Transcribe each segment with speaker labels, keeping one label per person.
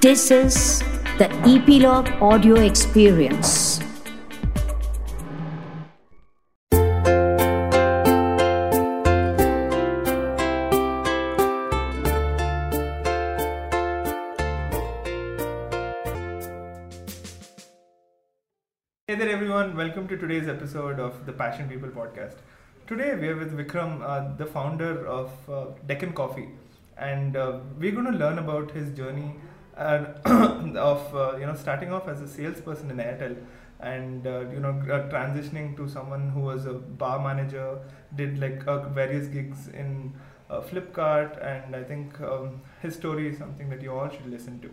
Speaker 1: This is the Epilogue Audio Experience.
Speaker 2: Hey there, everyone. Welcome to today's episode of the Passion People podcast. Today, we are with Vikram, uh, the founder of uh, Deccan Coffee, and uh, we're going to learn about his journey and of uh, you know starting off as a salesperson in Airtel, and uh, you know uh, transitioning to someone who was a bar manager, did like uh, various gigs in uh, Flipkart, and I think um, his story is something that you all should listen to.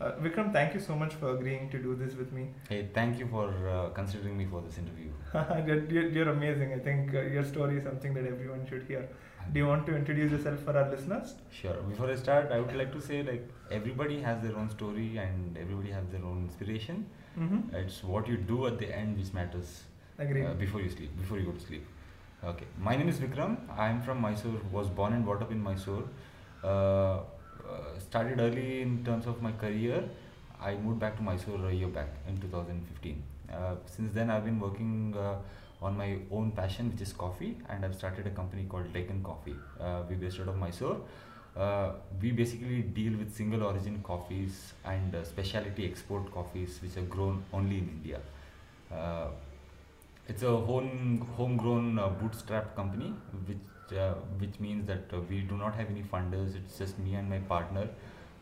Speaker 2: Uh, Vikram, thank you so much for agreeing to do this with me.
Speaker 3: Hey, thank you for uh, considering me for this interview.
Speaker 2: you're, you're, you're amazing. I think uh, your story is something that everyone should hear. Do you want to introduce yourself for our listeners?
Speaker 3: Sure. Before I start, I would like to say like everybody has their own story and everybody has their own inspiration.
Speaker 2: Mm-hmm.
Speaker 3: It's what you do at the end which matters.
Speaker 2: Agreed.
Speaker 3: Uh, before you sleep, before you go to sleep. Okay. My name is Vikram. I'm from Mysore. Was born and brought up in Mysore. Uh, uh, started early in terms of my career. I moved back to Mysore a year back in 2015. Uh, since then, I've been working uh, on my own passion, which is coffee, and I've started a company called Deccan Coffee. Uh, we're based out of Mysore. Uh, we basically deal with single origin coffees and uh, specialty export coffees, which are grown only in India. Uh, it's a home homegrown uh, bootstrap company, which uh, which means that uh, we do not have any funders. It's just me and my partner,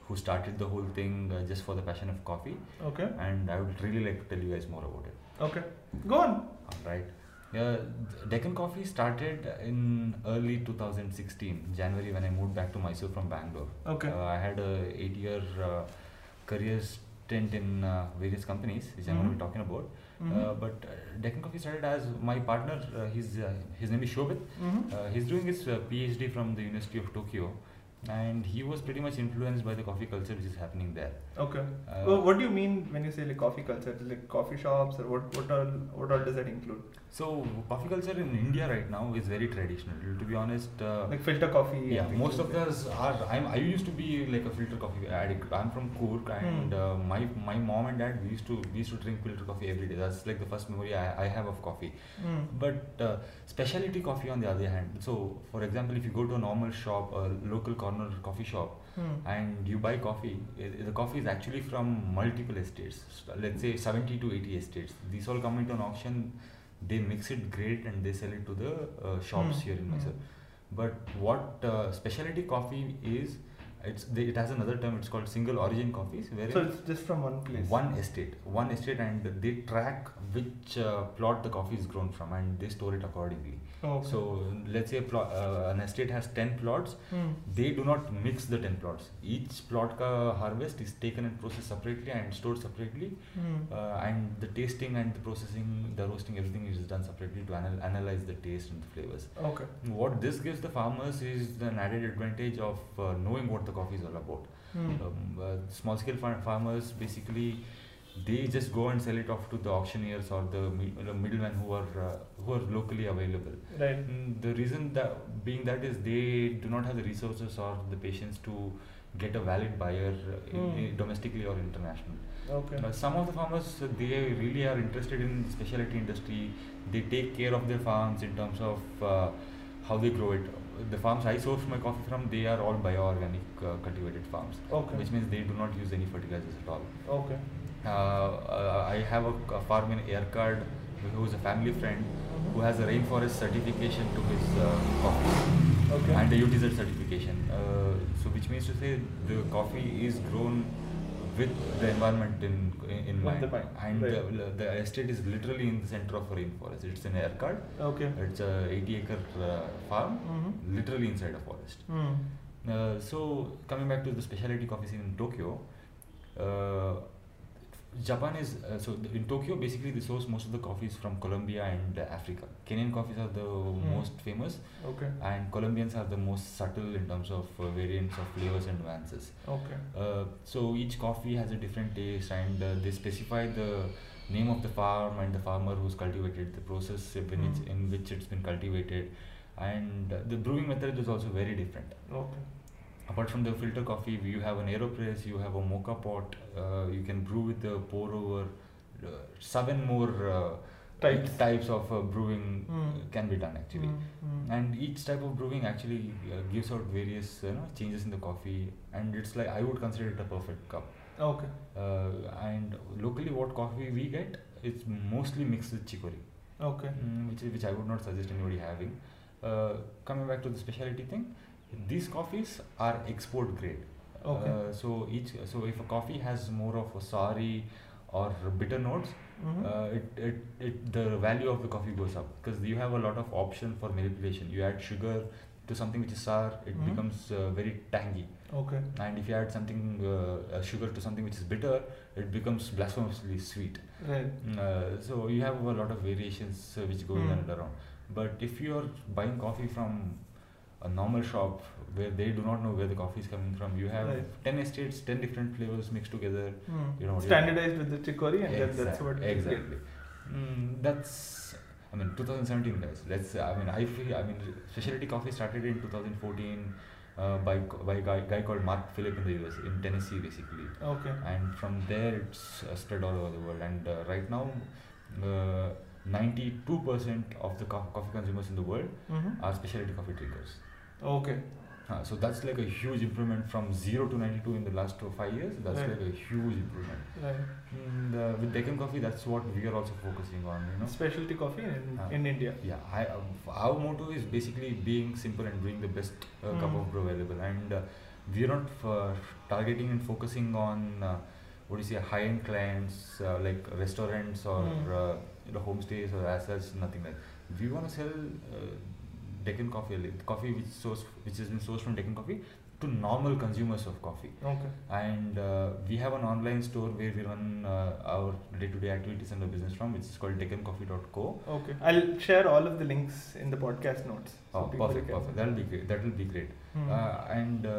Speaker 3: who started the whole thing uh, just for the passion of coffee.
Speaker 2: Okay.
Speaker 3: And I would really like to tell you guys more about it.
Speaker 2: Okay. Go on.
Speaker 3: All right. Yeah, Deccan Coffee started in early 2016, January, when I moved back to Mysore from Bangalore.
Speaker 2: Okay.
Speaker 3: Uh, I had a eight-year uh, career stint in uh, various companies, which I'm going to
Speaker 2: Mhm.
Speaker 3: be talking about. Uh,
Speaker 2: Mhm.
Speaker 3: but uh, Deccan Coffee started as my partner. Uh, he's uh, his name is Shobit.
Speaker 2: Mhm.
Speaker 3: Uh, he's doing his uh, PhD from the University of Tokyo, and he was pretty much influenced by the coffee culture which is happening there.
Speaker 2: Okay.
Speaker 3: Uh,
Speaker 2: Well, what do you mean when you say like coffee culture? Like coffee shops or what? What all? What all does that include?
Speaker 3: So coffee culture in India right now is very traditional. To be honest, uh,
Speaker 2: Like filter coffee. and
Speaker 3: yeah,
Speaker 2: things
Speaker 3: most
Speaker 2: like
Speaker 3: of
Speaker 2: that.
Speaker 3: us are. I'm, I used to be like a filter coffee addict. I'm from Cork, and
Speaker 2: Hmm.
Speaker 3: uh, my my mom and dad we used to we used to drink filter coffee every day. That's like the first memory I, I have of coffee.
Speaker 2: Mm.
Speaker 3: But uh, specialty coffee on the other hand. So for example, if you go to a normal shop, a local corner coffee shop,
Speaker 2: Hmm.
Speaker 3: and you buy coffee, i- i- the coffee is actually from multiple estates. S- Let's say seventy to eighty estates. These all come into an auction. They mix it great and they sell it to the uh, shops
Speaker 2: Hmm.
Speaker 3: here in
Speaker 2: Hmm.
Speaker 3: Mysore. But what uh, specialty coffee is, it's they, it has another term. It's called single origin coffees. Where
Speaker 2: So it's just from one place.
Speaker 3: one estate, one estate, and they track which uh, plot the coffee is grown from, and they store it accordingly.
Speaker 2: Oh, okay.
Speaker 3: So let's say a plo- uh, an estate has ten plots.
Speaker 2: Hmm.
Speaker 3: They do not mix the ten plots. Each plot ka harvest is taken and processed separately and stored separately,
Speaker 2: Hmm.
Speaker 3: uh, and the tasting and the processing, the roasting, everything is done separately to anal- analyze the taste and the flavors.
Speaker 2: Okay.
Speaker 3: What this gives the farmers is an added advantage of uh, knowing what the coffee is all about.
Speaker 2: Hmm.
Speaker 3: Um, uh, small scale far- farmers basically they just go and sell it off to the auctioneers or the, mi- the middlemen who are uh, who are locally available.
Speaker 2: Right.
Speaker 3: Mm, The reason that being that is they do not have the resources or the patience to get a valid buyer uh, in,
Speaker 2: Hmm.
Speaker 3: in- domestically or international.
Speaker 2: Okay.
Speaker 3: Uh, some of the farmers uh, they really are interested in specialty industry. They take care of their farms in terms of uh, how they grow it. The farms I source my coffee from they are all bioorganic uh, cultivated farms,
Speaker 2: Okay.
Speaker 3: which means they do not use any fertilizers at all.
Speaker 2: Okay.
Speaker 3: Uh, uh, I have a, a farm in Aircard who is a family friend
Speaker 2: Mm-hmm.
Speaker 3: who has a rainforest certification to his uh, coffee
Speaker 2: Okay.
Speaker 3: and a UTZ certification. Uh, so which means to say the coffee is grown with the environment in in, in
Speaker 2: With
Speaker 3: mind,
Speaker 2: the mind,
Speaker 3: and
Speaker 2: right.
Speaker 3: the, the estate is literally in the center of a rainforest. It's an Aircard.
Speaker 2: Okay.
Speaker 3: It's a 80 acre uh, farm,
Speaker 2: Mhm.
Speaker 3: literally inside a forest.
Speaker 2: Hmm.
Speaker 3: Uh, so coming back to the specialty coffee scene in Tokyo, uh, Japan is uh, so th- in Tokyo basically they source most of the coffees from Colombia and uh, Africa. Kenyan coffees are the most famous,
Speaker 2: Okay.
Speaker 3: and Colombians are the most subtle in terms of uh, variants of flavors and nuances.
Speaker 2: Okay.
Speaker 3: Uh, so each coffee has a different taste, and uh, they specify the name of the farm and the farmer who's cultivated the process in which,
Speaker 2: Mm.
Speaker 3: in which it's been cultivated, and uh, the brewing method is also very different.
Speaker 2: Okay.
Speaker 3: apart from the filter coffee you have an aeropress you have a mocha pot uh, you can brew with the pour over uh, seven more uh,
Speaker 2: Types.
Speaker 3: types of uh, brewing
Speaker 2: Mm.
Speaker 3: uh, can be done actually Mm-hmm.
Speaker 2: Mm, mm.
Speaker 3: and each type of brewing actually uh, gives out various you know, changes in the coffee and it's like i would consider it a perfect cup
Speaker 2: okay.
Speaker 3: uh, and locally what coffee we get it's mostly mixed with chicory
Speaker 2: Okay.
Speaker 3: Mm, which is which I would not suggest anybody having. Uh, coming back to the specialty thing, these coffees are export grade.
Speaker 2: Okay.
Speaker 3: Uh, so each so if a coffee has more of a sorry or bitter notes,
Speaker 2: Mhm.
Speaker 3: uh, it, it, it the value of the coffee goes up because you have a lot of option for manipulation. You add sugar to something which is sour, it
Speaker 2: Mhm.
Speaker 3: becomes uh, very tangy.
Speaker 2: Okay.
Speaker 3: And if you add something uh, uh, sugar to something which is bitter, it becomes blasphemously sweet.
Speaker 2: Right.
Speaker 3: Uh, so you have a lot of variations uh, which go in
Speaker 2: Mm.
Speaker 3: and around. But if you are buying coffee from a normal shop where they do not know where the coffee is coming from, you have
Speaker 2: Right.
Speaker 3: ten estates, ten different flavors mixed together.
Speaker 2: Mm.
Speaker 3: You know, you-
Speaker 2: Standardized with the chicory, and then that's
Speaker 3: Exact-
Speaker 2: what.
Speaker 3: exactly. Mm, that's I mean 2017 guys. Let's I mean I feel I mean specialty coffee started in 2014 uh, by co- by a guy, guy called Mark Phillip in the US in Tennessee basically
Speaker 2: Okay.
Speaker 3: and from there it's uh, spread all over the world and uh, right now uh, 92% of the co- coffee consumers in the world
Speaker 2: hmm
Speaker 3: are specialty coffee drinkers
Speaker 2: Okay.
Speaker 3: Uh, so that's like a huge improvement from 0 to 92 in the last two, 5 years that's
Speaker 2: Right.
Speaker 3: like a huge improvement
Speaker 2: Right.
Speaker 3: and, uh, with Deccan coffee that's what we are also focusing on you know
Speaker 2: Specialty coffee in,
Speaker 3: Ah.
Speaker 2: in India.
Speaker 3: yeah I, uh, our motto is basically being simple and doing the best uh, cup
Speaker 2: Mm.
Speaker 3: of brew available and uh, we're not uh, targeting and focusing on uh, what do you say high-end clients uh, like restaurants or
Speaker 2: Mm.
Speaker 3: uh, you know, homestays or as such nothing like we want to sell uh, Deccan coffee like coffee which source which has been sourced from Deccan coffee to normal consumers of coffee
Speaker 2: Okay.
Speaker 3: and uh, we have an online store where we run uh, our day-to-day activities and our business from which is called deccancoffee.co
Speaker 2: Okay. I'll share all of the links in the podcast notes. so
Speaker 3: Oh,
Speaker 2: people
Speaker 3: perfect,
Speaker 2: can-
Speaker 3: perfect. That'll be great. That'll be great.
Speaker 2: Hmm.
Speaker 3: Uh, and uh,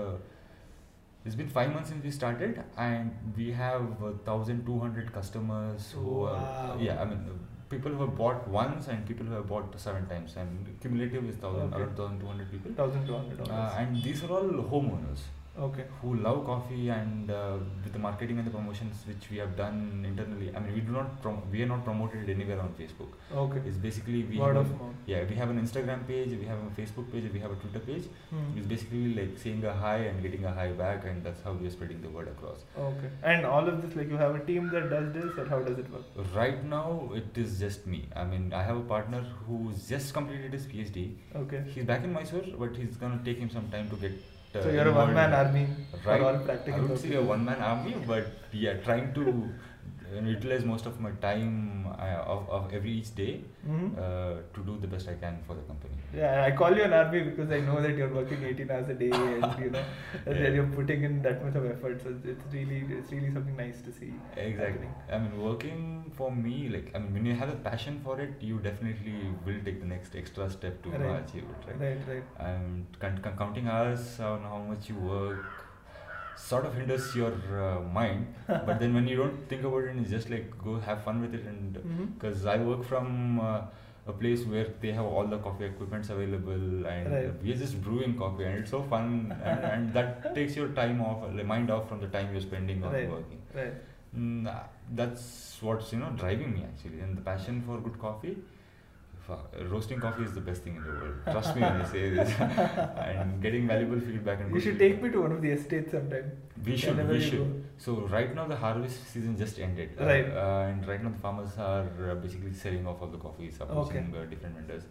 Speaker 3: it's been five months since we started, and we have uh, 1,200 customers who
Speaker 2: Oh, Wow.
Speaker 3: are, yeah, I mean, uh, people who have bought once and people who have bought seven times, and cumulative is 1,000,
Speaker 2: Okay.
Speaker 3: around 1,200 people.
Speaker 2: Thousand two hundred
Speaker 3: Uh,
Speaker 2: dollars.
Speaker 3: and these are all homeowners
Speaker 2: Okay.
Speaker 3: who love coffee and uh, with the marketing and the promotions which we have done internally. I mean, we do not prom- we are not promoted anywhere on Facebook.
Speaker 2: Okay.
Speaker 3: It's basically we
Speaker 2: Word
Speaker 3: have
Speaker 2: of
Speaker 3: a-
Speaker 2: mouth.
Speaker 3: yeah, we have an Instagram page, we have a Facebook page, we have a Twitter page.
Speaker 2: Hmm.
Speaker 3: It's basically like saying a hi and getting a hi back, and that's how we are spreading the word across.
Speaker 2: Okay. And all of this, like, you have a team that does this, or how does it work?
Speaker 3: Right now, it is just me. I mean, I have a partner who's just completed his PhD.
Speaker 2: Okay.
Speaker 3: He's back in Mysore, but he's gonna take him some time to get. uh,
Speaker 2: so you're a one-man
Speaker 3: involved.
Speaker 2: army
Speaker 3: Right.
Speaker 2: for all
Speaker 3: I
Speaker 2: practical
Speaker 3: would
Speaker 2: purposes.
Speaker 3: say a one-man army, but yeah, trying to uh, utilize most of my time uh, of, of every each day
Speaker 2: Mhm.
Speaker 3: uh, to do the best I can for the company.
Speaker 2: Yeah, I call you an army because I know that you're working 18 hours a day and you know
Speaker 3: Yeah.
Speaker 2: that you're putting in that much of effort. So it's really it's really something nice to see.
Speaker 3: Exactly.
Speaker 2: happening.
Speaker 3: I mean, working for me, like, I mean, when you have a passion for it, you definitely will take the next extra step to
Speaker 2: Right.
Speaker 3: achieve it, right?
Speaker 2: Right, right.
Speaker 3: And con- con- counting hours on how much you work sort of hinders your uh, mind, but then when you don't think about it, and just like go have fun with it, and
Speaker 2: Mhm.
Speaker 3: because I work from uh, a place where they have all the coffee equipments available, and
Speaker 2: Right.
Speaker 3: we're just brewing coffee, and it's so fun, and, and that takes your time off, like, mind off from the time you're spending on
Speaker 2: Right.
Speaker 3: working.
Speaker 2: Right.
Speaker 3: Mm, uh, that's what's you know driving me actually, and the passion for good coffee. Fa- Roasting coffee is the best thing in the world. Trust me when I say this. and getting valuable feedback and
Speaker 2: You
Speaker 3: good
Speaker 2: should
Speaker 3: feedback.
Speaker 2: take me to one of the estates sometime.
Speaker 3: We should.
Speaker 2: whenever
Speaker 3: We
Speaker 2: you
Speaker 3: should.
Speaker 2: go.
Speaker 3: So right now the harvest season just ended. Uh,
Speaker 2: Right.
Speaker 3: Uh, and right now the farmers are uh, basically selling off all the coffees, approaching uh, different vendors.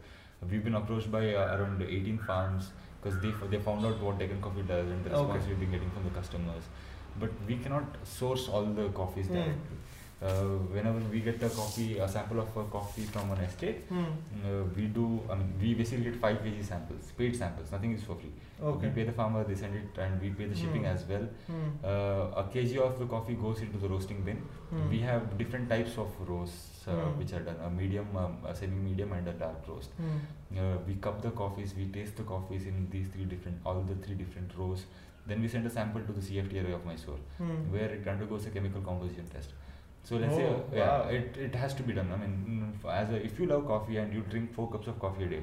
Speaker 3: We've been approached by uh, around 18 farms because they f- they found out what Deccan Coffee does and the
Speaker 2: Okay.
Speaker 3: response we've been getting from the customers. But we cannot source all the coffees
Speaker 2: Hmm.
Speaker 3: directly. Uh, whenever we get a coffee, a sample of a coffee from an estate,
Speaker 2: Hmm.
Speaker 3: uh, we do. I mean, we basically get five kg samples, paid samples. Nothing is for free.
Speaker 2: Okay.
Speaker 3: We pay the farmer, they send it, and we pay the shipping
Speaker 2: Hmm.
Speaker 3: as well.
Speaker 2: Hmm.
Speaker 3: Uh, a kg of the coffee goes into the roasting bin.
Speaker 2: Hmm.
Speaker 3: We have different types of roasts uh,
Speaker 2: Hmm.
Speaker 3: which are done a medium, um, a semi medium, and a dark roast.
Speaker 2: Hmm.
Speaker 3: Uh, we cup the coffees, we taste the coffees in these three different, all the three different roasts. Then we send a sample to the CFTRA of Mysore
Speaker 2: Hmm.
Speaker 3: where it undergoes a chemical composition test. So let's say,
Speaker 2: Oh,
Speaker 3: uh, yeah,
Speaker 2: wow.
Speaker 3: it, it has to be done. I mean, mm, f- as a, if you love coffee and you drink four cups of coffee a day,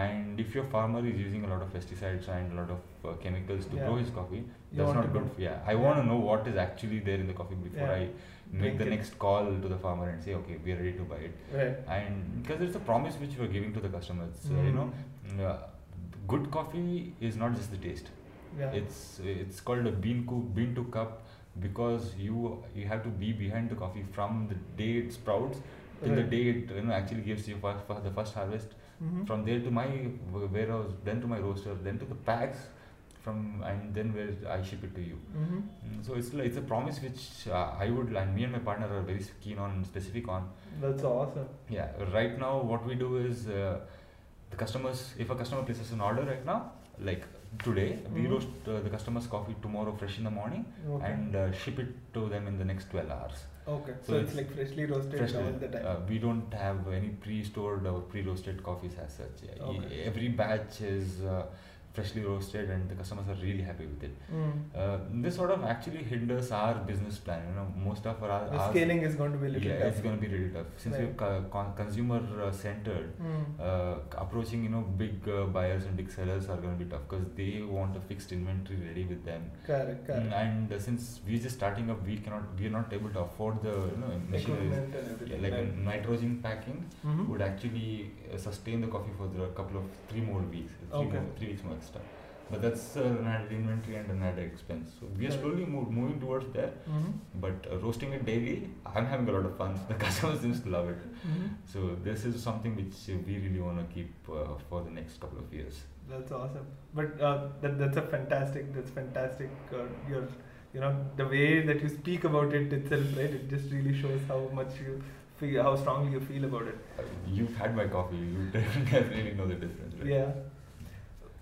Speaker 3: And if your farmer is using a lot of pesticides and a lot of uh, chemicals to
Speaker 2: Yeah.
Speaker 3: grow his coffee,
Speaker 2: You
Speaker 3: that's
Speaker 2: want
Speaker 3: not
Speaker 2: to
Speaker 3: good.
Speaker 2: know.
Speaker 3: for- Yeah, I want to know what is actually there in the coffee before
Speaker 2: Yeah.
Speaker 3: I make
Speaker 2: Drink
Speaker 3: the
Speaker 2: it.
Speaker 3: next call to the farmer and say, okay, we are ready to buy it.
Speaker 2: Right.
Speaker 3: And because it's a promise which we're giving to the customers, So, you
Speaker 2: Mm.
Speaker 3: know, uh, good coffee is not just the taste.
Speaker 2: Yeah.
Speaker 3: It's it's called a bean coop, bean to cup, because you you have to be behind the coffee from the day it sprouts till the
Speaker 2: Right.
Speaker 3: day it you know actually gives you for, for the first harvest.
Speaker 2: Mhm.
Speaker 3: From there to my wa- warehouse, then to my roaster, then to the packs, from and then where I ship it to you.
Speaker 2: Mhm.
Speaker 3: Mm, So it's like, it's a promise which uh, I would and me and my partner are very keen on and specific on.
Speaker 2: That's awesome.
Speaker 3: Yeah, right now what we do is uh, the customers, if a customer places an order right now, like today, we
Speaker 2: Mhm.
Speaker 3: roast uh, the customer's coffee tomorrow fresh in the morning
Speaker 2: Okay.
Speaker 3: and uh, ship it to them in the next 12 hours.
Speaker 2: okay. So,
Speaker 3: so
Speaker 2: it's
Speaker 3: it's
Speaker 2: like freshly roasted
Speaker 3: Fresh,
Speaker 2: all the time.
Speaker 3: uh, we don't have any pre stored or pre roasted coffees as such. Yeah, e-
Speaker 2: Okay.
Speaker 3: Every batch is uh, freshly roasted and the customers are really happy with it.
Speaker 2: Mm.
Speaker 3: Uh, this sort of actually hinders our business plan. You know, most of our,
Speaker 2: The
Speaker 3: our
Speaker 2: scaling is going to be a little
Speaker 3: yeah,
Speaker 2: tough.
Speaker 3: it's going to be really tough since
Speaker 2: Right.
Speaker 3: we're co- con- consumer uh, centered.
Speaker 2: Mm.
Speaker 3: Uh, approaching you know big uh, buyers and big sellers are going to be tough because they want a fixed inventory ready with them.
Speaker 2: Correct, correct.
Speaker 3: Mm, And uh, since we're just starting up, we cannot we are not able to afford the you know machinery.
Speaker 2: Equipment and
Speaker 3: Yeah,
Speaker 2: everything.
Speaker 3: like
Speaker 2: right.
Speaker 3: a nitrogen packing
Speaker 2: Mhm.
Speaker 3: would actually uh, sustain the coffee for the couple of three more weeks, uh, three,
Speaker 2: Okay.
Speaker 3: more, three weeks more extra. But that's uh, an added inventory and an added expense. So we are
Speaker 2: Correct.
Speaker 3: slowly move, moving towards there.
Speaker 2: Mhm.
Speaker 3: But uh, roasting it daily, I'm having a lot of fun. The customer seems to love it.
Speaker 2: Mhm.
Speaker 3: So this is something which uh, we really want to keep uh, for the next couple of years.
Speaker 2: That's awesome. But uh, that, that's a fantastic, that's fantastic. Uh, your, you know, the way that you speak about it itself, right? It just really shows how much you feel, how strongly you feel about it.
Speaker 3: Uh, You've had my coffee. You definitely know the difference. Right?
Speaker 2: Yeah.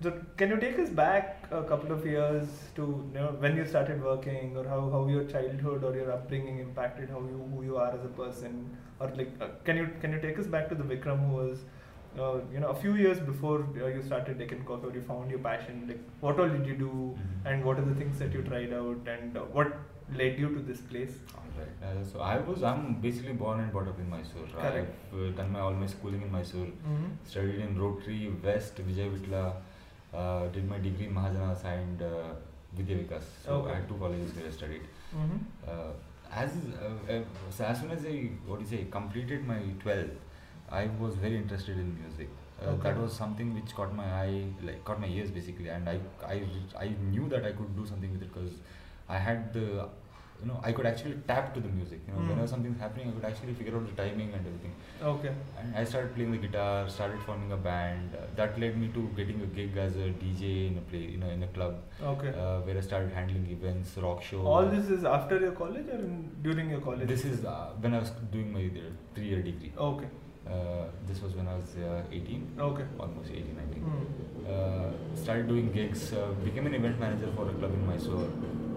Speaker 2: So can you take us back a couple of years to you know, when you started working, or how, how your childhood or your upbringing impacted how you who you are as a person, or like uh, can you can you take us back to the Vikram who was. Uh, you know, a few years before uh, you started Deccan Coffee, or you found your passion. Like, what all did you do,
Speaker 3: Mhm.
Speaker 2: and what are the things that you tried out, and uh, what led you to this place?
Speaker 3: Alright. Uh, so I was I'm basically born and brought up in Mysore.
Speaker 2: Correct.
Speaker 3: I've uh, done my all my schooling in Mysore.
Speaker 2: Mhm.
Speaker 3: Studied in Rotary West Vijay Vitla. Uh, did my degree in Mahajanas and uh, Vidya Vikas. So
Speaker 2: Okay.
Speaker 3: I had two colleges where I studied.
Speaker 2: Mm-hmm.
Speaker 3: Uh, as uh, uh, so as soon as I what do you say completed my 12th, I was very interested in music. Uh,
Speaker 2: Okay.
Speaker 3: That was something which caught my eye, like caught my ears basically, and I I, I knew that I could do something with it because I had the you know I could actually tap to the music. You know,
Speaker 2: Mm.
Speaker 3: whenever something's happening, I could actually figure out the timing and everything.
Speaker 2: Okay.
Speaker 3: And I started playing the guitar, started forming a band. Uh, that led me to getting a gig as a DJ in a play, you know, in a club,
Speaker 2: Okay.
Speaker 3: uh, where I started handling events, rock shows.
Speaker 2: All this is after your college or in, during your college?
Speaker 3: Uh, This is uh, when I was doing my three year degree.
Speaker 2: Okay.
Speaker 3: Uh, this was when I was uh, 18,
Speaker 2: Okay.
Speaker 3: almost 18, I think.
Speaker 2: Mm.
Speaker 3: Uh, started doing gigs, uh, became an event manager for a club in Mysore.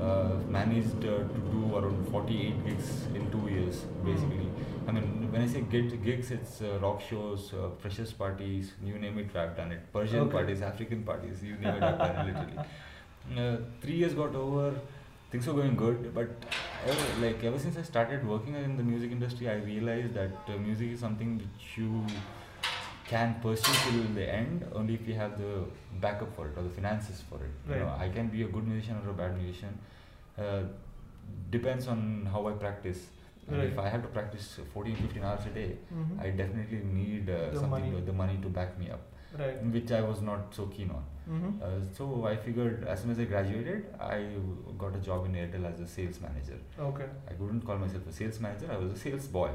Speaker 3: Uh, managed uh, to do around 48 gigs in two years, basically. I mean, when I say gig, gigs, it's uh, rock shows, uh, freshers parties, you name it, I've done it. Persian
Speaker 2: Okay.
Speaker 3: parties, African parties, you name it, I've done it literally. Uh, three years got over, things were going good, but ever, like ever since I started working in the music industry, I realized that uh, music is something which you can pursue till the end only if you have the backup for it or the finances for it. You know,
Speaker 2: Right.
Speaker 3: I can be a good musician or a bad musician. Uh, depends on how I practice. And If
Speaker 2: Right.
Speaker 3: I have to practice 14, 15 hours a day,
Speaker 2: Mhm.
Speaker 3: I definitely need uh,
Speaker 2: The
Speaker 3: something
Speaker 2: money.
Speaker 3: with the money to back me up,
Speaker 2: Right.
Speaker 3: which I was not so keen on.
Speaker 2: Mm-hmm.
Speaker 3: Uh, so I figured as soon as I graduated, I got a job in Airtel as a sales manager.
Speaker 2: Okay.
Speaker 3: I couldn't call myself a sales manager, I was a sales boy.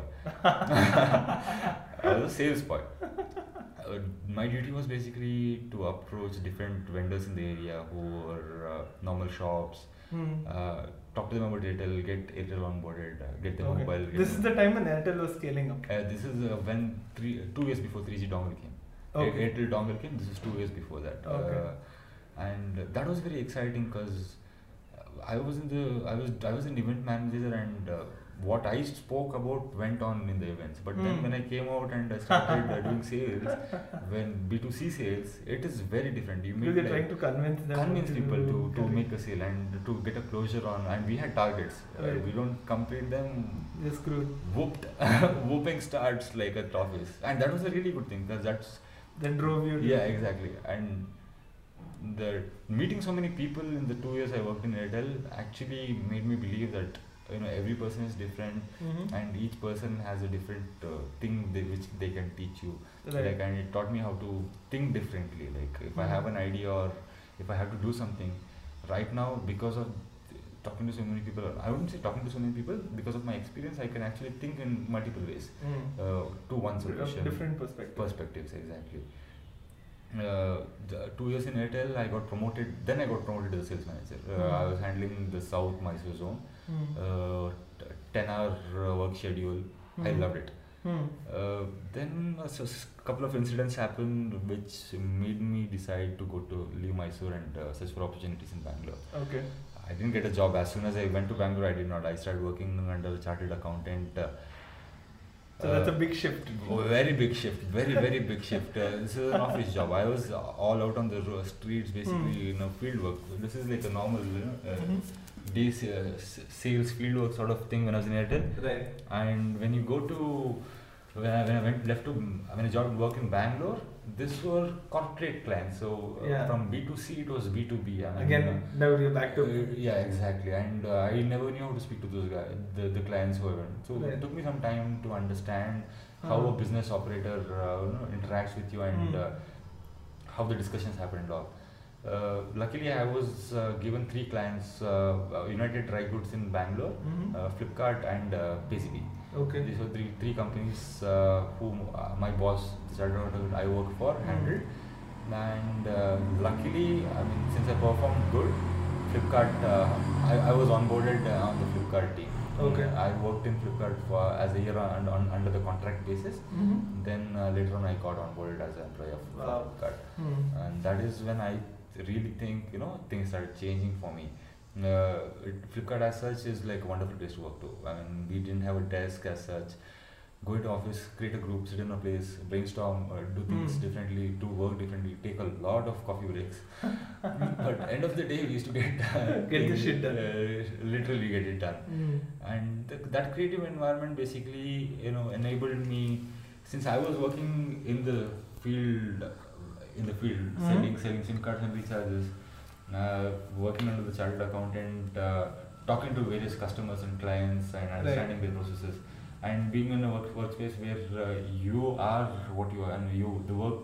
Speaker 3: I was a sales boy. Uh, my duty was basically to approach different vendors in the area who were uh, normal shops,
Speaker 2: Mm.
Speaker 3: uh, talk to them about Airtel, get Airtel onboarded, uh, get them
Speaker 2: okay.
Speaker 3: mobile. Get
Speaker 2: This is
Speaker 3: them-
Speaker 2: the time when Airtel was scaling up.
Speaker 3: uh, this is uh, when three two years before 3G dongle came. A-
Speaker 2: Okay.
Speaker 3: Airtel dongle came. This is two years before that.
Speaker 2: Okay.
Speaker 3: Uh, and that was very exciting because I was in the I was I was an event manager and uh, what I spoke about went on in the events. But
Speaker 2: Hmm.
Speaker 3: then when I came out and I started uh, doing sales, when B2C sales, it is very different. You
Speaker 2: Because
Speaker 3: meet
Speaker 2: you're
Speaker 3: like-
Speaker 2: trying to convince them.
Speaker 3: convince
Speaker 2: to
Speaker 3: people to, to
Speaker 2: correct.
Speaker 3: make a sale and to get a closure on and we had targets Uh,
Speaker 2: Right.
Speaker 3: we don't complete them
Speaker 2: You're screwed.
Speaker 3: whooped whooping starts like at office and that was a really good thing because that's
Speaker 2: Then drove you. to-
Speaker 3: Yeah, exactly. And the meeting so many people in the two years I worked in Airtel actually made me believe that you know every person is different
Speaker 2: Mhm.
Speaker 3: and each person has a different uh, thing they, which they can teach you.
Speaker 2: Right.
Speaker 3: Like and it taught me how to think differently. Like if I
Speaker 2: Mhm.
Speaker 3: have an idea or if I have to do something, right now because of th- talking to so many people, or I wouldn't say talking to so many people because of my experience, I can actually think in multiple ways
Speaker 2: Mm.
Speaker 3: uh, to one
Speaker 2: Of
Speaker 3: solution
Speaker 2: Different perspective.
Speaker 3: perspectives exactly uh, the two years in airtel i got promoted then i got promoted to the sales manager uh, i
Speaker 2: Mhm.
Speaker 3: was handling the south mysore zone
Speaker 2: Mm.
Speaker 3: uh, t- 10 hour uh, work schedule i
Speaker 2: Mhm.
Speaker 3: loved it
Speaker 2: Mm.
Speaker 3: uh, then a s- s- couple of incidents happened which made me decide to go to leave mysore and uh, search for opportunities in bangalore
Speaker 2: Okay.
Speaker 3: I didn't get a job as soon as I went to Bangalore. I did not. I started working under a chartered accountant. uh,
Speaker 2: So that's a
Speaker 3: uh,
Speaker 2: big shift.
Speaker 3: Oh, very big shift, very very big shift. Uh, this is an office job. I was all out on the ro- streets, basically,
Speaker 2: Hmm.
Speaker 3: you know, field work. This is like a normal you know, uh,
Speaker 2: Mhm.
Speaker 3: day sa- uh, s- sales field work sort of thing when I was in Airtel.
Speaker 2: Right.
Speaker 3: And when you go to when I, when I went left to when I job work in Bangalore, this were corporate clients. So uh,
Speaker 2: Yeah.
Speaker 3: from B two C it was B two B.
Speaker 2: Again, now you're back to.
Speaker 3: Uh, yeah, exactly. And uh, I never knew how to speak to those guys, the, the clients who I went. So
Speaker 2: Right.
Speaker 3: it took me some time to understand how
Speaker 2: Uh-huh.
Speaker 3: a business operator uh, you know, interacts with you and
Speaker 2: Mm.
Speaker 3: uh, how the discussions happen and all. Uh, luckily, I was uh, given three clients: uh, uh, United Dry Goods in Bangalore,
Speaker 2: Mhm.
Speaker 3: uh, Flipkart, and uh, PCB.
Speaker 2: Okay.
Speaker 3: These were three three companies uh, whom uh, my boss, the started out I work for,
Speaker 2: Mm.
Speaker 3: handled. And uh, luckily, I mean, since I performed good, Flipkart, uh, I, I was onboarded uh, on the Flipkart team.
Speaker 2: Okay.
Speaker 3: I worked in Flipkart for as a year on, on under the contract basis.
Speaker 2: Mhm.
Speaker 3: Then uh, later on, I got onboarded as an employee of for
Speaker 2: Wow.
Speaker 3: Flipkart,
Speaker 2: Hmm.
Speaker 3: and that is when I really think you know things started changing for me. Uh, it, Flipkart as such is like a wonderful place to work to. I mean, we didn't have a desk as such. Go into office, create a group, sit in a place, brainstorm, uh, do things
Speaker 2: Hmm.
Speaker 3: differently, do work differently, take a lot of coffee breaks. but end of the day, we used to get uh,
Speaker 2: Get the
Speaker 3: things,
Speaker 2: shit done.
Speaker 3: Uh, literally get it done
Speaker 2: Mm.
Speaker 3: and th- that creative environment basically you know enabled me since i was working in the field in the field
Speaker 2: Mhm.
Speaker 3: selling selling sim cards and recharges uh, working under the chartered accountant uh, talking to various customers and clients and understanding their processes and being in a work, workspace where uh, you are what you are and you the work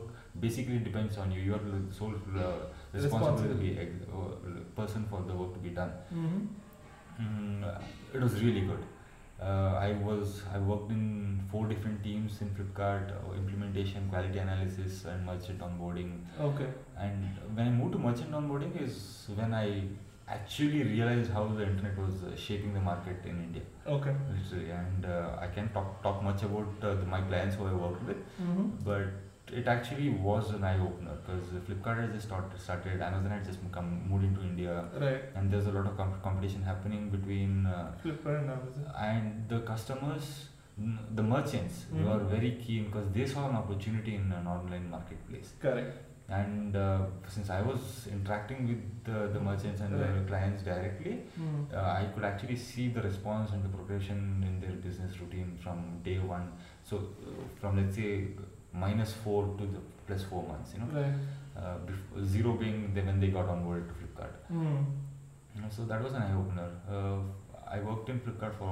Speaker 3: basically depends on you you are the sole uh, responsible,
Speaker 2: Responsible.
Speaker 3: ex- uh, person for the work to be done
Speaker 2: Mhm.
Speaker 3: Mm, it was really good. Uh, I was I worked in four different teams in Flipkart: uh, implementation, quality analysis, and merchant onboarding.
Speaker 2: Okay.
Speaker 3: And when I moved to merchant onboarding is when I actually realized how the internet was uh, shaping the market in India,
Speaker 2: Okay.
Speaker 3: literally. And uh, I can't talk talk much about uh, the, my clients who I worked with,
Speaker 2: Mhm.
Speaker 3: but it actually was an eye opener because Flipkart had just started, started, Amazon had just come moved into India,
Speaker 2: Right.
Speaker 3: and there's a lot of com- competition happening between. Uh,
Speaker 2: Flipper and Amazon.
Speaker 3: and the customers n- the merchants they were
Speaker 2: Mhm.
Speaker 3: very keen because they saw an opportunity in an online marketplace
Speaker 2: Correct.
Speaker 3: and uh, since i was interacting with the, the merchants and
Speaker 2: Right.
Speaker 3: the clients directly
Speaker 2: Mm.
Speaker 3: uh, i could actually see the response and the progression in their business routine from day one so uh, from let's say minus 4 to the plus 4 months you know
Speaker 2: Right.
Speaker 3: uh, bef- zero being the, when they got onboarded to flipkart
Speaker 2: Mm.
Speaker 3: no, So that was an eye opener. Uh, I worked in Flipkart for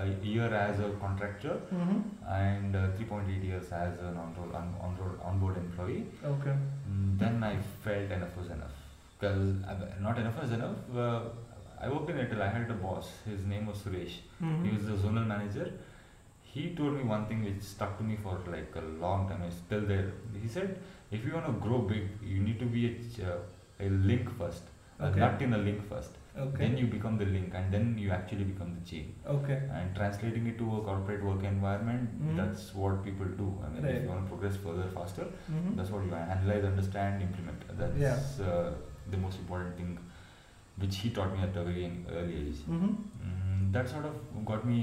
Speaker 3: a year as a contractor
Speaker 2: Mhm.
Speaker 3: and uh, 3.8 years as an on-roll, on, on-roll, onboard employee.
Speaker 2: Okay.
Speaker 3: Mm, Then I felt enough was enough. Because not enough was enough. Uh, I worked in Airtel. I had a boss. His name was Suresh.
Speaker 2: Mhm.
Speaker 3: He was the zonal manager. He told me one thing which stuck to me for like a long time. It's still there. He said, if you want to grow big, you need to be a, ch- a link first. A
Speaker 2: Okay.
Speaker 3: nut in a link first.
Speaker 2: Okay.
Speaker 3: Then you become the link, and then you actually become the chain.
Speaker 2: Okay.
Speaker 3: And translating it to a corporate work environment,
Speaker 2: Mhm.
Speaker 3: that's what people do. I mean,
Speaker 2: Right.
Speaker 3: if you want to progress further faster,
Speaker 2: Mhm.
Speaker 3: that's what you analyze, understand, implement. That's uh, the most important thing, which he taught me at a very young- early age.
Speaker 2: Mhm.
Speaker 3: Mm, that sort of got me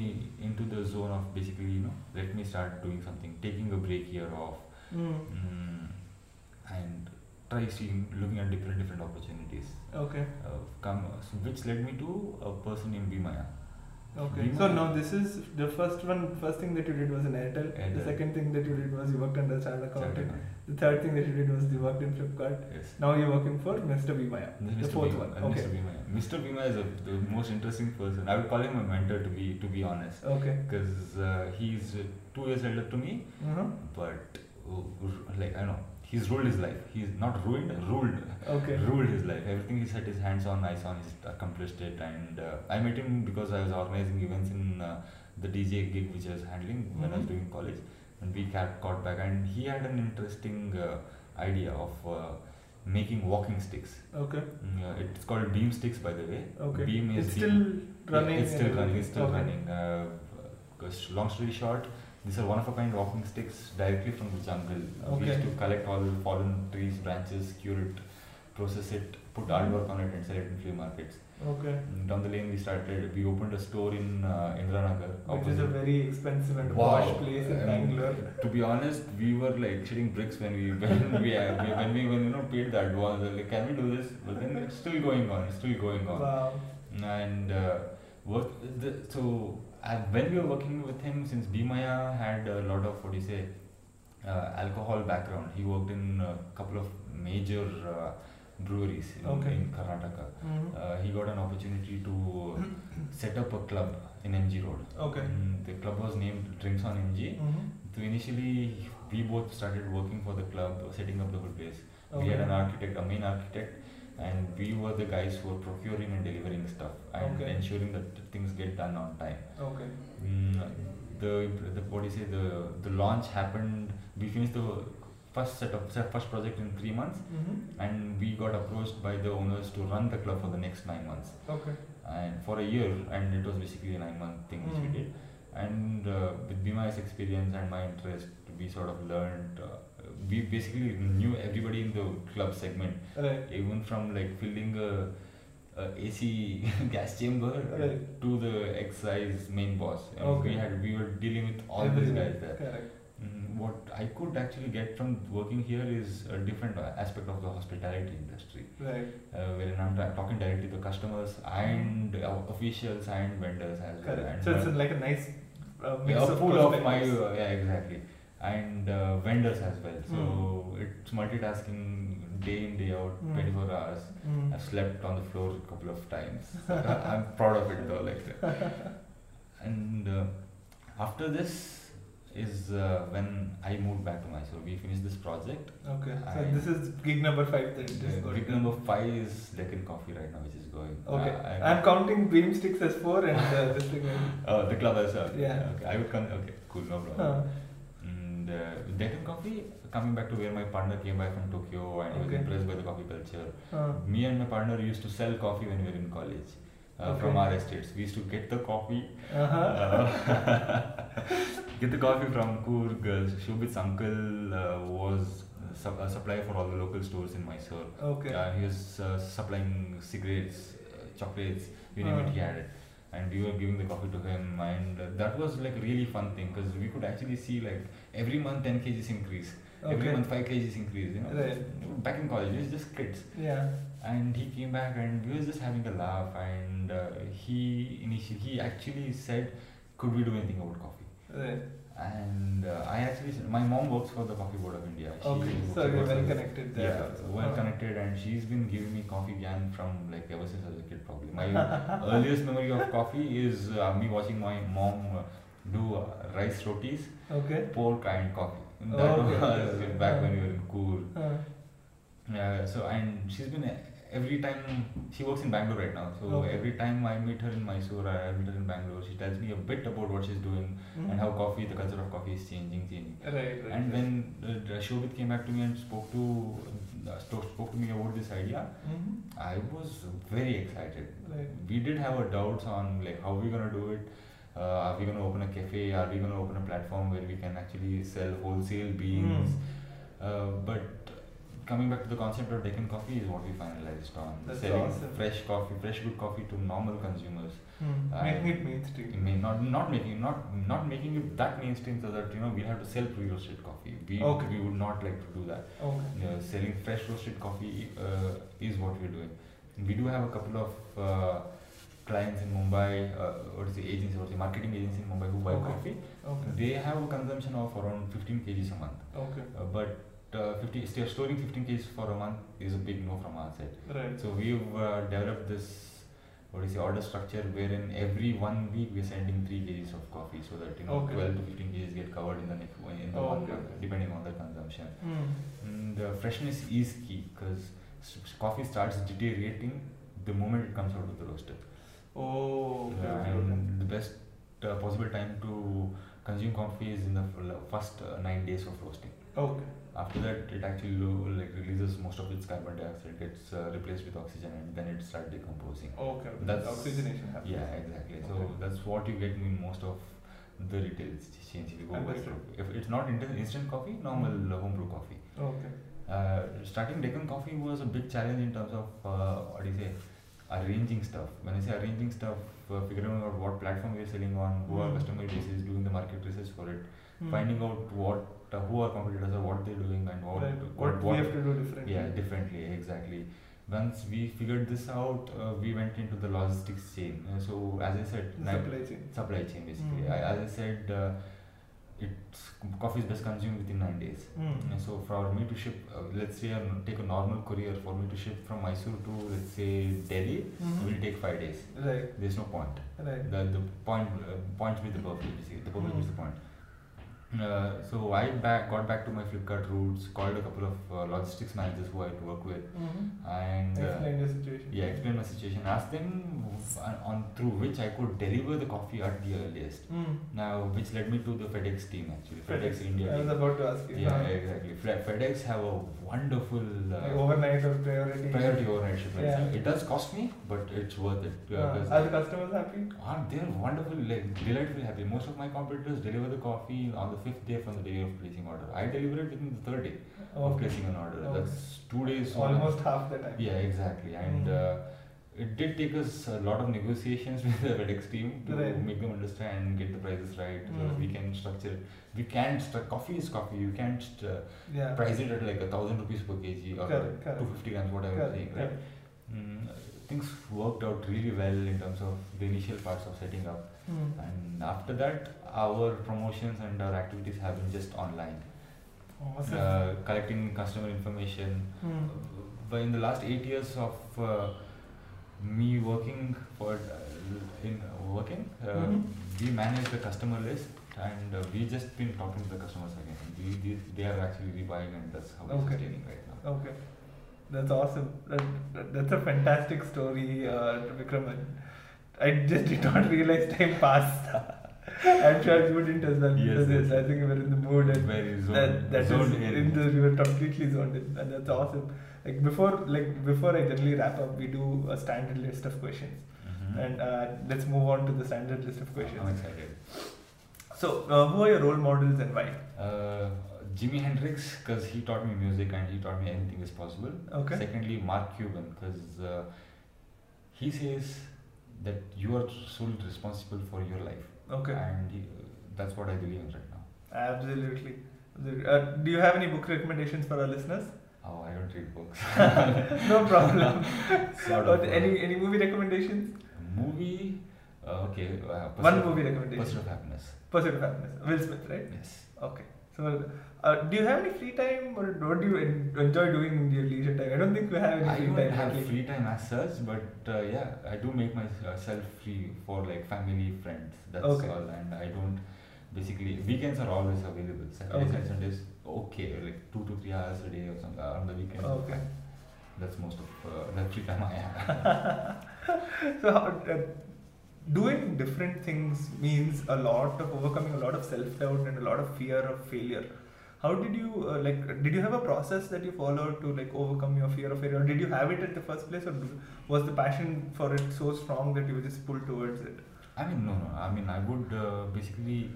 Speaker 3: into the zone of basically, you know, let me start doing something, taking a break here off,
Speaker 2: Mm.
Speaker 3: mm, and try seeing, looking at different different opportunities
Speaker 2: Okay.
Speaker 3: uh, come, so which led me to a person named Bhimaya.
Speaker 2: Okay. So now this is the first one. First thing that you did was in Airtel. The
Speaker 3: Airtel.
Speaker 2: second thing that you did was you worked under Chartered Accountant.
Speaker 3: Chartered.
Speaker 2: The third thing that you did was you worked in Flipkart.
Speaker 3: Yes. Uh,
Speaker 2: Now you're working for Mr. Bimaya.
Speaker 3: And
Speaker 2: The
Speaker 3: Mr.
Speaker 2: fourth
Speaker 3: Bhima-
Speaker 2: one.
Speaker 3: and
Speaker 2: Okay.
Speaker 3: Mr. Bhima. Mr. Bhima is a, the most interesting person. I would call him a mentor to be to be honest,
Speaker 2: Okay.
Speaker 3: because uh, he's uh, two years older to me,
Speaker 2: Uh-huh.
Speaker 3: but uh, like I know he's ruled his life. He's not ruined, ruled,
Speaker 2: Okay.
Speaker 3: ruled his life. Everything he set his hands on, eyes on, he's accomplished it. And uh, I met him because I was organizing events in uh, the DJ gig which I was handling when I was
Speaker 2: Mhm.
Speaker 3: doing college, and we got caught back. And he had an interesting uh, idea of uh, making walking sticks.
Speaker 2: Okay.
Speaker 3: Mm, Yeah, it's called Beam Sticks, by the way.
Speaker 2: Okay.
Speaker 3: Beam is
Speaker 2: it's
Speaker 3: the-
Speaker 2: still running.
Speaker 3: Yeah, it's
Speaker 2: and
Speaker 3: still
Speaker 2: everything.
Speaker 3: running. It's still
Speaker 2: Okay.
Speaker 3: running. Uh, because long story short, these are one of a kind walking sticks directly from the jungle. Uh, We used
Speaker 2: Okay.
Speaker 3: to collect all the fallen trees, branches, cure it, process it, put artwork on it, and sell it in flea markets.
Speaker 2: Okay.
Speaker 3: Mm, Down the lane, we started. We opened a store in uh, Indranagar.
Speaker 2: Which is a
Speaker 3: opposite-
Speaker 2: very expensive and
Speaker 3: Wow. Um,
Speaker 2: posh place in
Speaker 3: I mean,
Speaker 2: Bangalore.
Speaker 3: To be honest, we were like shitting bricks when we when we when we when you know paid that advance. we were Like, can we do this? But then it's still going on. It's still going on.
Speaker 2: Wow.
Speaker 3: And uh, work the, so uh, when we were working with him, since Bhimaya had a lot of what do you say uh, alcohol background, he worked in a couple of major uh, breweries in,
Speaker 2: Okay.
Speaker 3: in Karnataka.
Speaker 2: Mhm.
Speaker 3: Uh, he got an opportunity to set up a club in MG Road.
Speaker 2: Okay.
Speaker 3: And the club was named Drinks on MG.
Speaker 2: Mhm.
Speaker 3: So initially, we both started working for the club, setting up the whole place. We had
Speaker 2: Okay.
Speaker 3: an architect, a main architect, and we were the guys who were procuring and delivering stuff and
Speaker 2: Okay.
Speaker 3: ensuring that things get done on time.
Speaker 2: Okay.
Speaker 3: Mm, the the what do you say the the launch happened. We finished the first set of first project in three months,
Speaker 2: Mhm.
Speaker 3: and we got approached by the owners to run the club for the next nine months
Speaker 2: Okay.
Speaker 3: and for a year and it was basically a nine month thing which
Speaker 2: Mm.
Speaker 3: we did and uh, with Bima's experience and my interest we sort of learned uh, we basically knew everybody in the club segment
Speaker 2: Right.
Speaker 3: even from like filling a, a AC gas chamber uh,
Speaker 2: Right.
Speaker 3: to the excise main boss and
Speaker 2: Okay.
Speaker 3: we had we were dealing with all these
Speaker 2: Everything.
Speaker 3: guys there
Speaker 2: Correct.
Speaker 3: Mm, what I could actually get from working here is a different uh, aspect of the hospitality industry
Speaker 2: Right.
Speaker 3: uh, wherein I'm ta- talking directly to customers and uh, officials and vendors as well.
Speaker 2: Mm-hmm. Correct.
Speaker 3: And
Speaker 2: So it's
Speaker 3: uh,
Speaker 2: like a nice uh, mix
Speaker 3: yeah, a
Speaker 2: of
Speaker 3: pool of my
Speaker 2: perspectives.
Speaker 3: uh, yeah exactly and uh, vendors as well. So it's multitasking day in day out,
Speaker 2: Mm.
Speaker 3: 24 hours.
Speaker 2: Mm.
Speaker 3: I've slept on the floor a couple of times. I- I'm proud of it though, like. And uh, after this is uh, when I moved back to Mysore. We finished this project.
Speaker 2: Okay. So
Speaker 3: I-
Speaker 2: this is gig number five that you just
Speaker 3: The
Speaker 2: got.
Speaker 3: Big number five is Deccan Coffee right now, which is going. Uh,
Speaker 2: Okay.
Speaker 3: I- I-
Speaker 2: I'm counting Dreamsticks as four and uh, this thing. as-
Speaker 3: Oh, the club as well.
Speaker 2: Yeah. Oh.
Speaker 3: Okay, I would come. Okay, cool, no problem.
Speaker 2: Huh.
Speaker 3: And uh, Deccan Coffee, coming back to where my partner came by from Tokyo and he was
Speaker 2: Okay.
Speaker 3: impressed by the coffee culture.
Speaker 2: Huh.
Speaker 3: Me and my partner used to sell coffee when we were in college uh, from
Speaker 2: Okay.
Speaker 3: our estates. We used to get the coffee.
Speaker 2: Uh-huh.
Speaker 3: uh, get the coffee from Kurg. Uh, Shobit's uncle uh, was su- a supplier for all the local stores in Mysore.
Speaker 2: Okay.
Speaker 3: Uh, he was uh, supplying cigarettes, uh, chocolates, you name it,
Speaker 2: Ah.
Speaker 3: he had it. And we were giving the coffee to him, and uh, that was like a really fun thing because we could actually see like every month 10 kgs increase, every
Speaker 2: Okay.
Speaker 3: month 5 kgs increase, you know.
Speaker 2: Right.
Speaker 3: Back in college, we was just kids.
Speaker 2: Yeah.
Speaker 3: And he came back and we was just having a laugh, and uh, he initially he actually said, Could we do anything about coffee?
Speaker 2: Right.
Speaker 3: And uh, I actually, said- my mom works for the Coffee Board of India. She
Speaker 2: Okay.
Speaker 3: works
Speaker 2: So you're
Speaker 3: for
Speaker 2: well
Speaker 3: the-
Speaker 2: connected there.
Speaker 3: yeah,
Speaker 2: also.
Speaker 3: well
Speaker 2: Huh.
Speaker 3: connected, and she's been giving me coffee jam from like ever since I was a kid. Probably my earliest memory of coffee is uh, me watching my mom uh, do uh, rice rotis,
Speaker 2: Okay.
Speaker 3: pork, and coffee. That
Speaker 2: Okay,
Speaker 3: was
Speaker 2: okay.
Speaker 3: back when we were in cool.
Speaker 2: Huh.
Speaker 3: Yeah, so and she's been uh, every time she works in Bangalore right now. So
Speaker 2: Okay.
Speaker 3: every time I meet her in Mysore, I meet her in Bangalore. She tells me a bit about what she's doing
Speaker 2: Mhm.
Speaker 3: and how coffee, the culture of coffee, is changing, changing.
Speaker 2: Mm-hmm. Right. Right.
Speaker 3: And when uh, Shobit came back to me and spoke to uh, sto- spoke to me about this idea,
Speaker 2: Mhm.
Speaker 3: I was very excited.
Speaker 2: Right.
Speaker 3: We did have our doubts on like how we gonna do it. Uh, are we gonna open a cafe? Are we gonna open a platform where we can actually sell wholesale
Speaker 2: Hmm. Mm.
Speaker 3: beans? Uh, but coming back to the concept of Deccan coffee is what we finalized on
Speaker 2: That's
Speaker 3: selling
Speaker 2: awesome.
Speaker 3: fresh coffee, fresh good coffee to normal consumers.
Speaker 2: Hmm.
Speaker 3: I-
Speaker 2: Making it mainstream.
Speaker 3: May not not making not not making it that mainstream so that you know we have to sell pre-roasted coffee. We
Speaker 2: Okay.
Speaker 3: we would not like to do that.
Speaker 2: Okay.
Speaker 3: Uh, selling fresh roasted coffee uh, is what we're doing. We do have a couple of uh, clients in Mumbai, uh, what is the agency, what is the marketing agency in Mumbai who buy
Speaker 2: Okay.
Speaker 3: coffee.
Speaker 2: Okay.
Speaker 3: They have a consumption of around 15 kgs a month.
Speaker 2: Okay.
Speaker 3: Uh, but uh, 50, still storing 15 kgs for a month is a big no from our side.
Speaker 2: Right.
Speaker 3: So we've uh, developed this what is the order structure wherein every one week we're sending three kgs of coffee so that you know
Speaker 2: Okay.
Speaker 3: 12 to 15 kgs get covered in the next one in the
Speaker 2: Oh,
Speaker 3: one
Speaker 2: okay.
Speaker 3: month, uh, depending on the consumption.
Speaker 2: Mm.
Speaker 3: Mm, the freshness is key because coffee starts deteriorating the moment it comes out of the roaster.
Speaker 2: Oh. Okay.
Speaker 3: Yeah,
Speaker 2: okay, okay.
Speaker 3: and the best uh, possible time to consume coffee is in the f- first uh, nine days of roasting.
Speaker 2: Okay.
Speaker 3: After that, it actually lo- like releases most of its carbon dioxide, gets uh, replaced with oxygen, and then it starts decomposing.
Speaker 2: Okay. okay.
Speaker 3: That's-
Speaker 2: oxygenation happens.
Speaker 3: Yeah, exactly. So
Speaker 2: Okay.
Speaker 3: that's what you get in most of the retail ch- chains if you go by
Speaker 2: Understood. Hmm.
Speaker 3: route. If it's not instant, instant coffee, normal uh, home brew coffee.
Speaker 2: Okay.
Speaker 3: Uh, starting Deccan coffee was a big challenge in terms of uh, what do you say, arranging stuff. When I say arranging stuff, uh, figuring out what platform we're selling on, who our
Speaker 2: Mm.
Speaker 3: customer base is, doing the market research for it,
Speaker 2: Hmm.
Speaker 3: finding out what uh, who our competitors are, what they're doing, and what
Speaker 2: Right.
Speaker 3: what,
Speaker 2: What, we have to do differently.
Speaker 3: yeah differently exactly. Once we figured this out, uh, we went into the logistics chain. Uh, so as I said,
Speaker 2: The
Speaker 3: nine-
Speaker 2: Supply chain.
Speaker 3: supply chain basically.
Speaker 2: Mm.
Speaker 3: I, as I said, uh, it's coffee is best consumed within nine days.
Speaker 2: Mm.
Speaker 3: Uh, So for me to ship, uh, let's say I take a normal courier for me to ship from Mysore to let's say Delhi,
Speaker 2: Mhm.
Speaker 3: it will take five days.
Speaker 2: Right.
Speaker 3: There's no point.
Speaker 2: Right.
Speaker 3: The the point uh, point with the purple basically. The purple
Speaker 2: Mhm.
Speaker 3: is the point. Uh, so I back got back to my Flipkart roots, called a couple of uh, logistics managers who I had worked with,
Speaker 2: Mm-hmm.
Speaker 3: and uh,
Speaker 2: Explain the situation.
Speaker 3: yeah, explained my situation, asked them on, on through which I could deliver the coffee at the earliest.
Speaker 2: Mm.
Speaker 3: Now, which led me to the FedEx team actually, FedEx, India.
Speaker 2: I
Speaker 3: team.
Speaker 2: was about to ask you.
Speaker 3: Yeah,
Speaker 2: huh?
Speaker 3: exactly. Fre- FedEx have a wonderful
Speaker 2: Like
Speaker 3: uh,
Speaker 2: overnight or priority.
Speaker 3: priority overnight shipments.
Speaker 2: Yeah.
Speaker 3: It does cost me, but it's worth it.
Speaker 2: Uh,
Speaker 3: Yeah,
Speaker 2: are the
Speaker 3: because
Speaker 2: customers happy?
Speaker 3: are they wonderful, like delightful, happy. Most of my competitors deliver the coffee on the fifth day from the day of placing order. I deliver it within the third day of placing an order.
Speaker 2: Okay.
Speaker 3: That's two days. on-
Speaker 2: Almost half the time.
Speaker 3: Yeah, exactly. And
Speaker 2: Mm.
Speaker 3: uh, it did take us a lot of negotiations with the FedEx team to
Speaker 2: Right.
Speaker 3: make them understand, get the prices right, so
Speaker 2: Mm.
Speaker 3: that we can structure. We can't. Stru- coffee is coffee. You can't. Uh,
Speaker 2: Yeah.
Speaker 3: price it at like a thousand rupees per kg or
Speaker 2: Correct, correct.
Speaker 3: two fifty grams, whatever you're
Speaker 2: Correct,
Speaker 3: saying, right?
Speaker 2: correct.
Speaker 3: Mm, things worked out really well in terms of the initial parts of setting up,
Speaker 2: Mm.
Speaker 3: and after that, our promotions and our activities have been just online,
Speaker 2: Awesome.
Speaker 3: uh, collecting customer information.
Speaker 2: Mm.
Speaker 3: But in the last eight years of uh, me working for uh, in working, uh,
Speaker 2: Mhm.
Speaker 3: we manage the customer list, and uh, we just been talking to the customers again. We, they, they are actually rebuying, and that's how we're
Speaker 2: Okay.
Speaker 3: sustaining right now.
Speaker 2: Okay. That's awesome. That, that- that's a fantastic story, uh, Vikram. And I just did not realize time passed. I'm sure you wouldn't as well.
Speaker 3: Yes,
Speaker 2: because
Speaker 3: yes.
Speaker 2: I think we were in the mood and
Speaker 3: Very zoned-
Speaker 2: that, that is
Speaker 3: zoned in.
Speaker 2: in the, we were completely zoned in. That, that's awesome. Like before, like before I generally wrap up, we do a standard list of questions,
Speaker 3: Mhm.
Speaker 2: and uh, let's move on to the standard list of questions.
Speaker 3: I'm excited.
Speaker 2: So, uh, who are your role models and why?
Speaker 3: Uh, Jimi Hendrix, because he taught me music and he taught me anything is possible.
Speaker 2: Okay.
Speaker 3: Secondly, Mark Cuban, because uh, he says that you are solely responsible for your life.
Speaker 2: Okay.
Speaker 3: And he, that's what I believe in right now.
Speaker 2: Absolutely. Uh, do you have any book recommendations for our listeners?
Speaker 3: Oh, I don't read books.
Speaker 2: no problem.
Speaker 3: Sort
Speaker 2: Or
Speaker 3: of, uh,
Speaker 2: any any movie recommendations?
Speaker 3: Movie. Uh, okay. Uh, Pursuit
Speaker 2: One
Speaker 3: of-
Speaker 2: movie recommendation.
Speaker 3: Pursuit of Happiness.
Speaker 2: Pursuit of Happiness. Will Smith, right?
Speaker 3: Yes.
Speaker 2: Okay. So, uh, do you have any free time, or what do you en- enjoy doing in your leisure time? I don't think we have any
Speaker 3: I
Speaker 2: free
Speaker 3: don't
Speaker 2: time.
Speaker 3: have
Speaker 2: really.
Speaker 3: free time as such, but uh, yeah, I do make myself free for like family, friends. That's
Speaker 2: Okay.
Speaker 3: all, and I don't. Basically, weekends are always available. Saturdays
Speaker 2: Okay.
Speaker 3: and Sundays, okay, like two to three hours a day or something on the weekends.
Speaker 2: Okay.
Speaker 3: That's most of uh, the free time I have.
Speaker 2: so, how, uh, doing different things means a lot of overcoming a lot of self doubt and a lot of fear of failure. How did you uh, like? Did you have a process that you followed to like overcome your fear of failure? Or did you have it at the first place, or do- was the passion for it so strong that you were just pulled towards it?
Speaker 3: I mean, no, no. I mean, I would uh, basically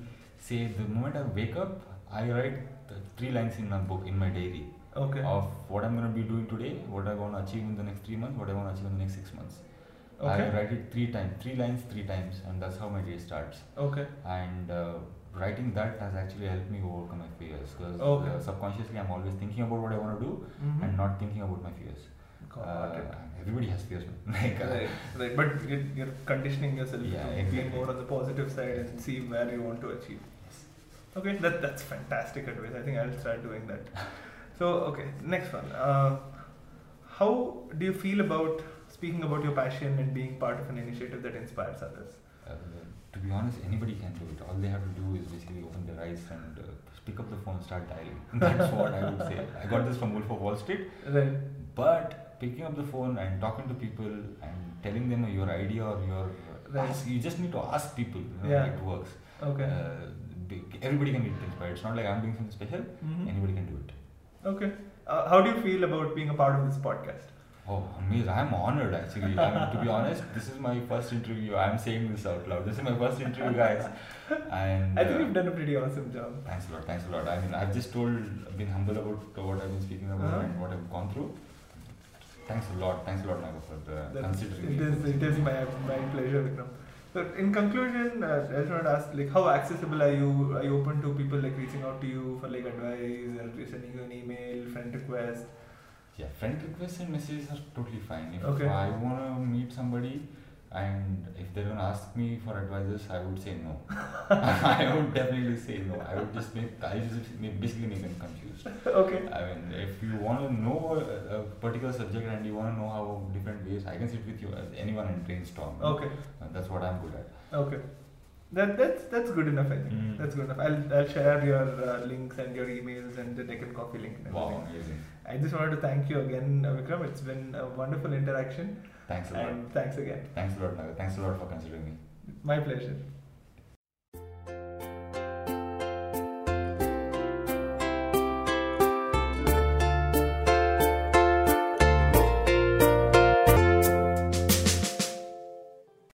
Speaker 3: say the moment I wake up, I write the three lines in my book, in my diary,
Speaker 2: Okay.
Speaker 3: of what I'm gonna be doing today, what I want to achieve in the next three months, what I want to achieve in the next six months.
Speaker 2: Okay.
Speaker 3: I write it three times, three lines, three times, and that's how my day starts.
Speaker 2: Okay.
Speaker 3: And uh, writing that has actually helped me overcome my fears because
Speaker 2: Okay.
Speaker 3: uh, subconsciously I'm always thinking about what I want to do
Speaker 2: Mhm.
Speaker 3: and not thinking about my fears.
Speaker 2: Got it.
Speaker 3: everybody has fears, man. Like, uh,
Speaker 2: Right, right. But you're, you're conditioning yourself
Speaker 3: Yeah,
Speaker 2: to be
Speaker 3: exactly.
Speaker 2: more on the positive side and see where you want to achieve. Okay, that, that's fantastic advice. I think I'll start doing that. So, okay, next one. Uh, how do you feel about speaking about your passion and being part of an initiative that inspires others?
Speaker 3: Uh, to be honest, anybody can do it. All they have to do is basically open their eyes and uh, pick up the phone, start dialing. That's what I would say. I got this from Wolf of Wall Street.
Speaker 2: Right.
Speaker 3: But picking up the phone and talking to people and telling them your idea or your
Speaker 2: Right.
Speaker 3: ask, you just need to ask people. You know,
Speaker 2: Yeah.
Speaker 3: It works.
Speaker 2: Okay.
Speaker 3: Uh, be- everybody can get inspired. It's not like I'm doing something special.
Speaker 2: Mhm.
Speaker 3: Anybody can do it.
Speaker 2: Okay. Uh, how do you feel about being a part of this podcast?
Speaker 3: Oh, amazing. I'm honored actually. I mean, to be honest, this is my first interview. I'm saying this out loud. This is my first interview, guys. And
Speaker 2: I think
Speaker 3: uh,
Speaker 2: you've done a pretty awesome job.
Speaker 3: Thanks a lot. Thanks a lot. I mean, I've just told, I've been humble about uh, what I've been speaking about
Speaker 2: Uh-huh.
Speaker 3: and what I've gone through. Thanks a lot. Thanks a lot, Naga, for uh,
Speaker 2: That's,
Speaker 3: considering
Speaker 2: it
Speaker 3: me.
Speaker 2: is, it is my, my pleasure, Vikram. So, in conclusion, uh, I just want to ask, like, how accessible are you? Are you open to people like reaching out to you for like advice or sending you an email, friend request?
Speaker 3: Yeah, friend requests and messages are totally fine. If
Speaker 2: Okay.
Speaker 3: I want to meet somebody and if they're going to ask me for advices, I would say no. I would definitely say no. I would just make, I just make- basically make them confused.
Speaker 2: okay.
Speaker 3: I mean, if you want to know a, a particular subject and you want to know how different ways, I can sit with you, uh, anyone, and brainstorm.
Speaker 2: Okay.
Speaker 3: Uh, That's what I'm good at.
Speaker 2: Okay. That, that's that's good enough, I think.
Speaker 3: Mm.
Speaker 2: That's good enough. I'll, I'll share your uh, links and your emails and the Deccan Coffee link. And
Speaker 3: Wow,
Speaker 2: everything.
Speaker 3: amazing.
Speaker 2: I just wanted to thank you again, uh, Vikram. It's been a wonderful interaction,
Speaker 3: Thanks a lot.
Speaker 2: and thanks again.
Speaker 3: Thanks a lot, Naga. Thanks a lot for considering me.
Speaker 2: My pleasure.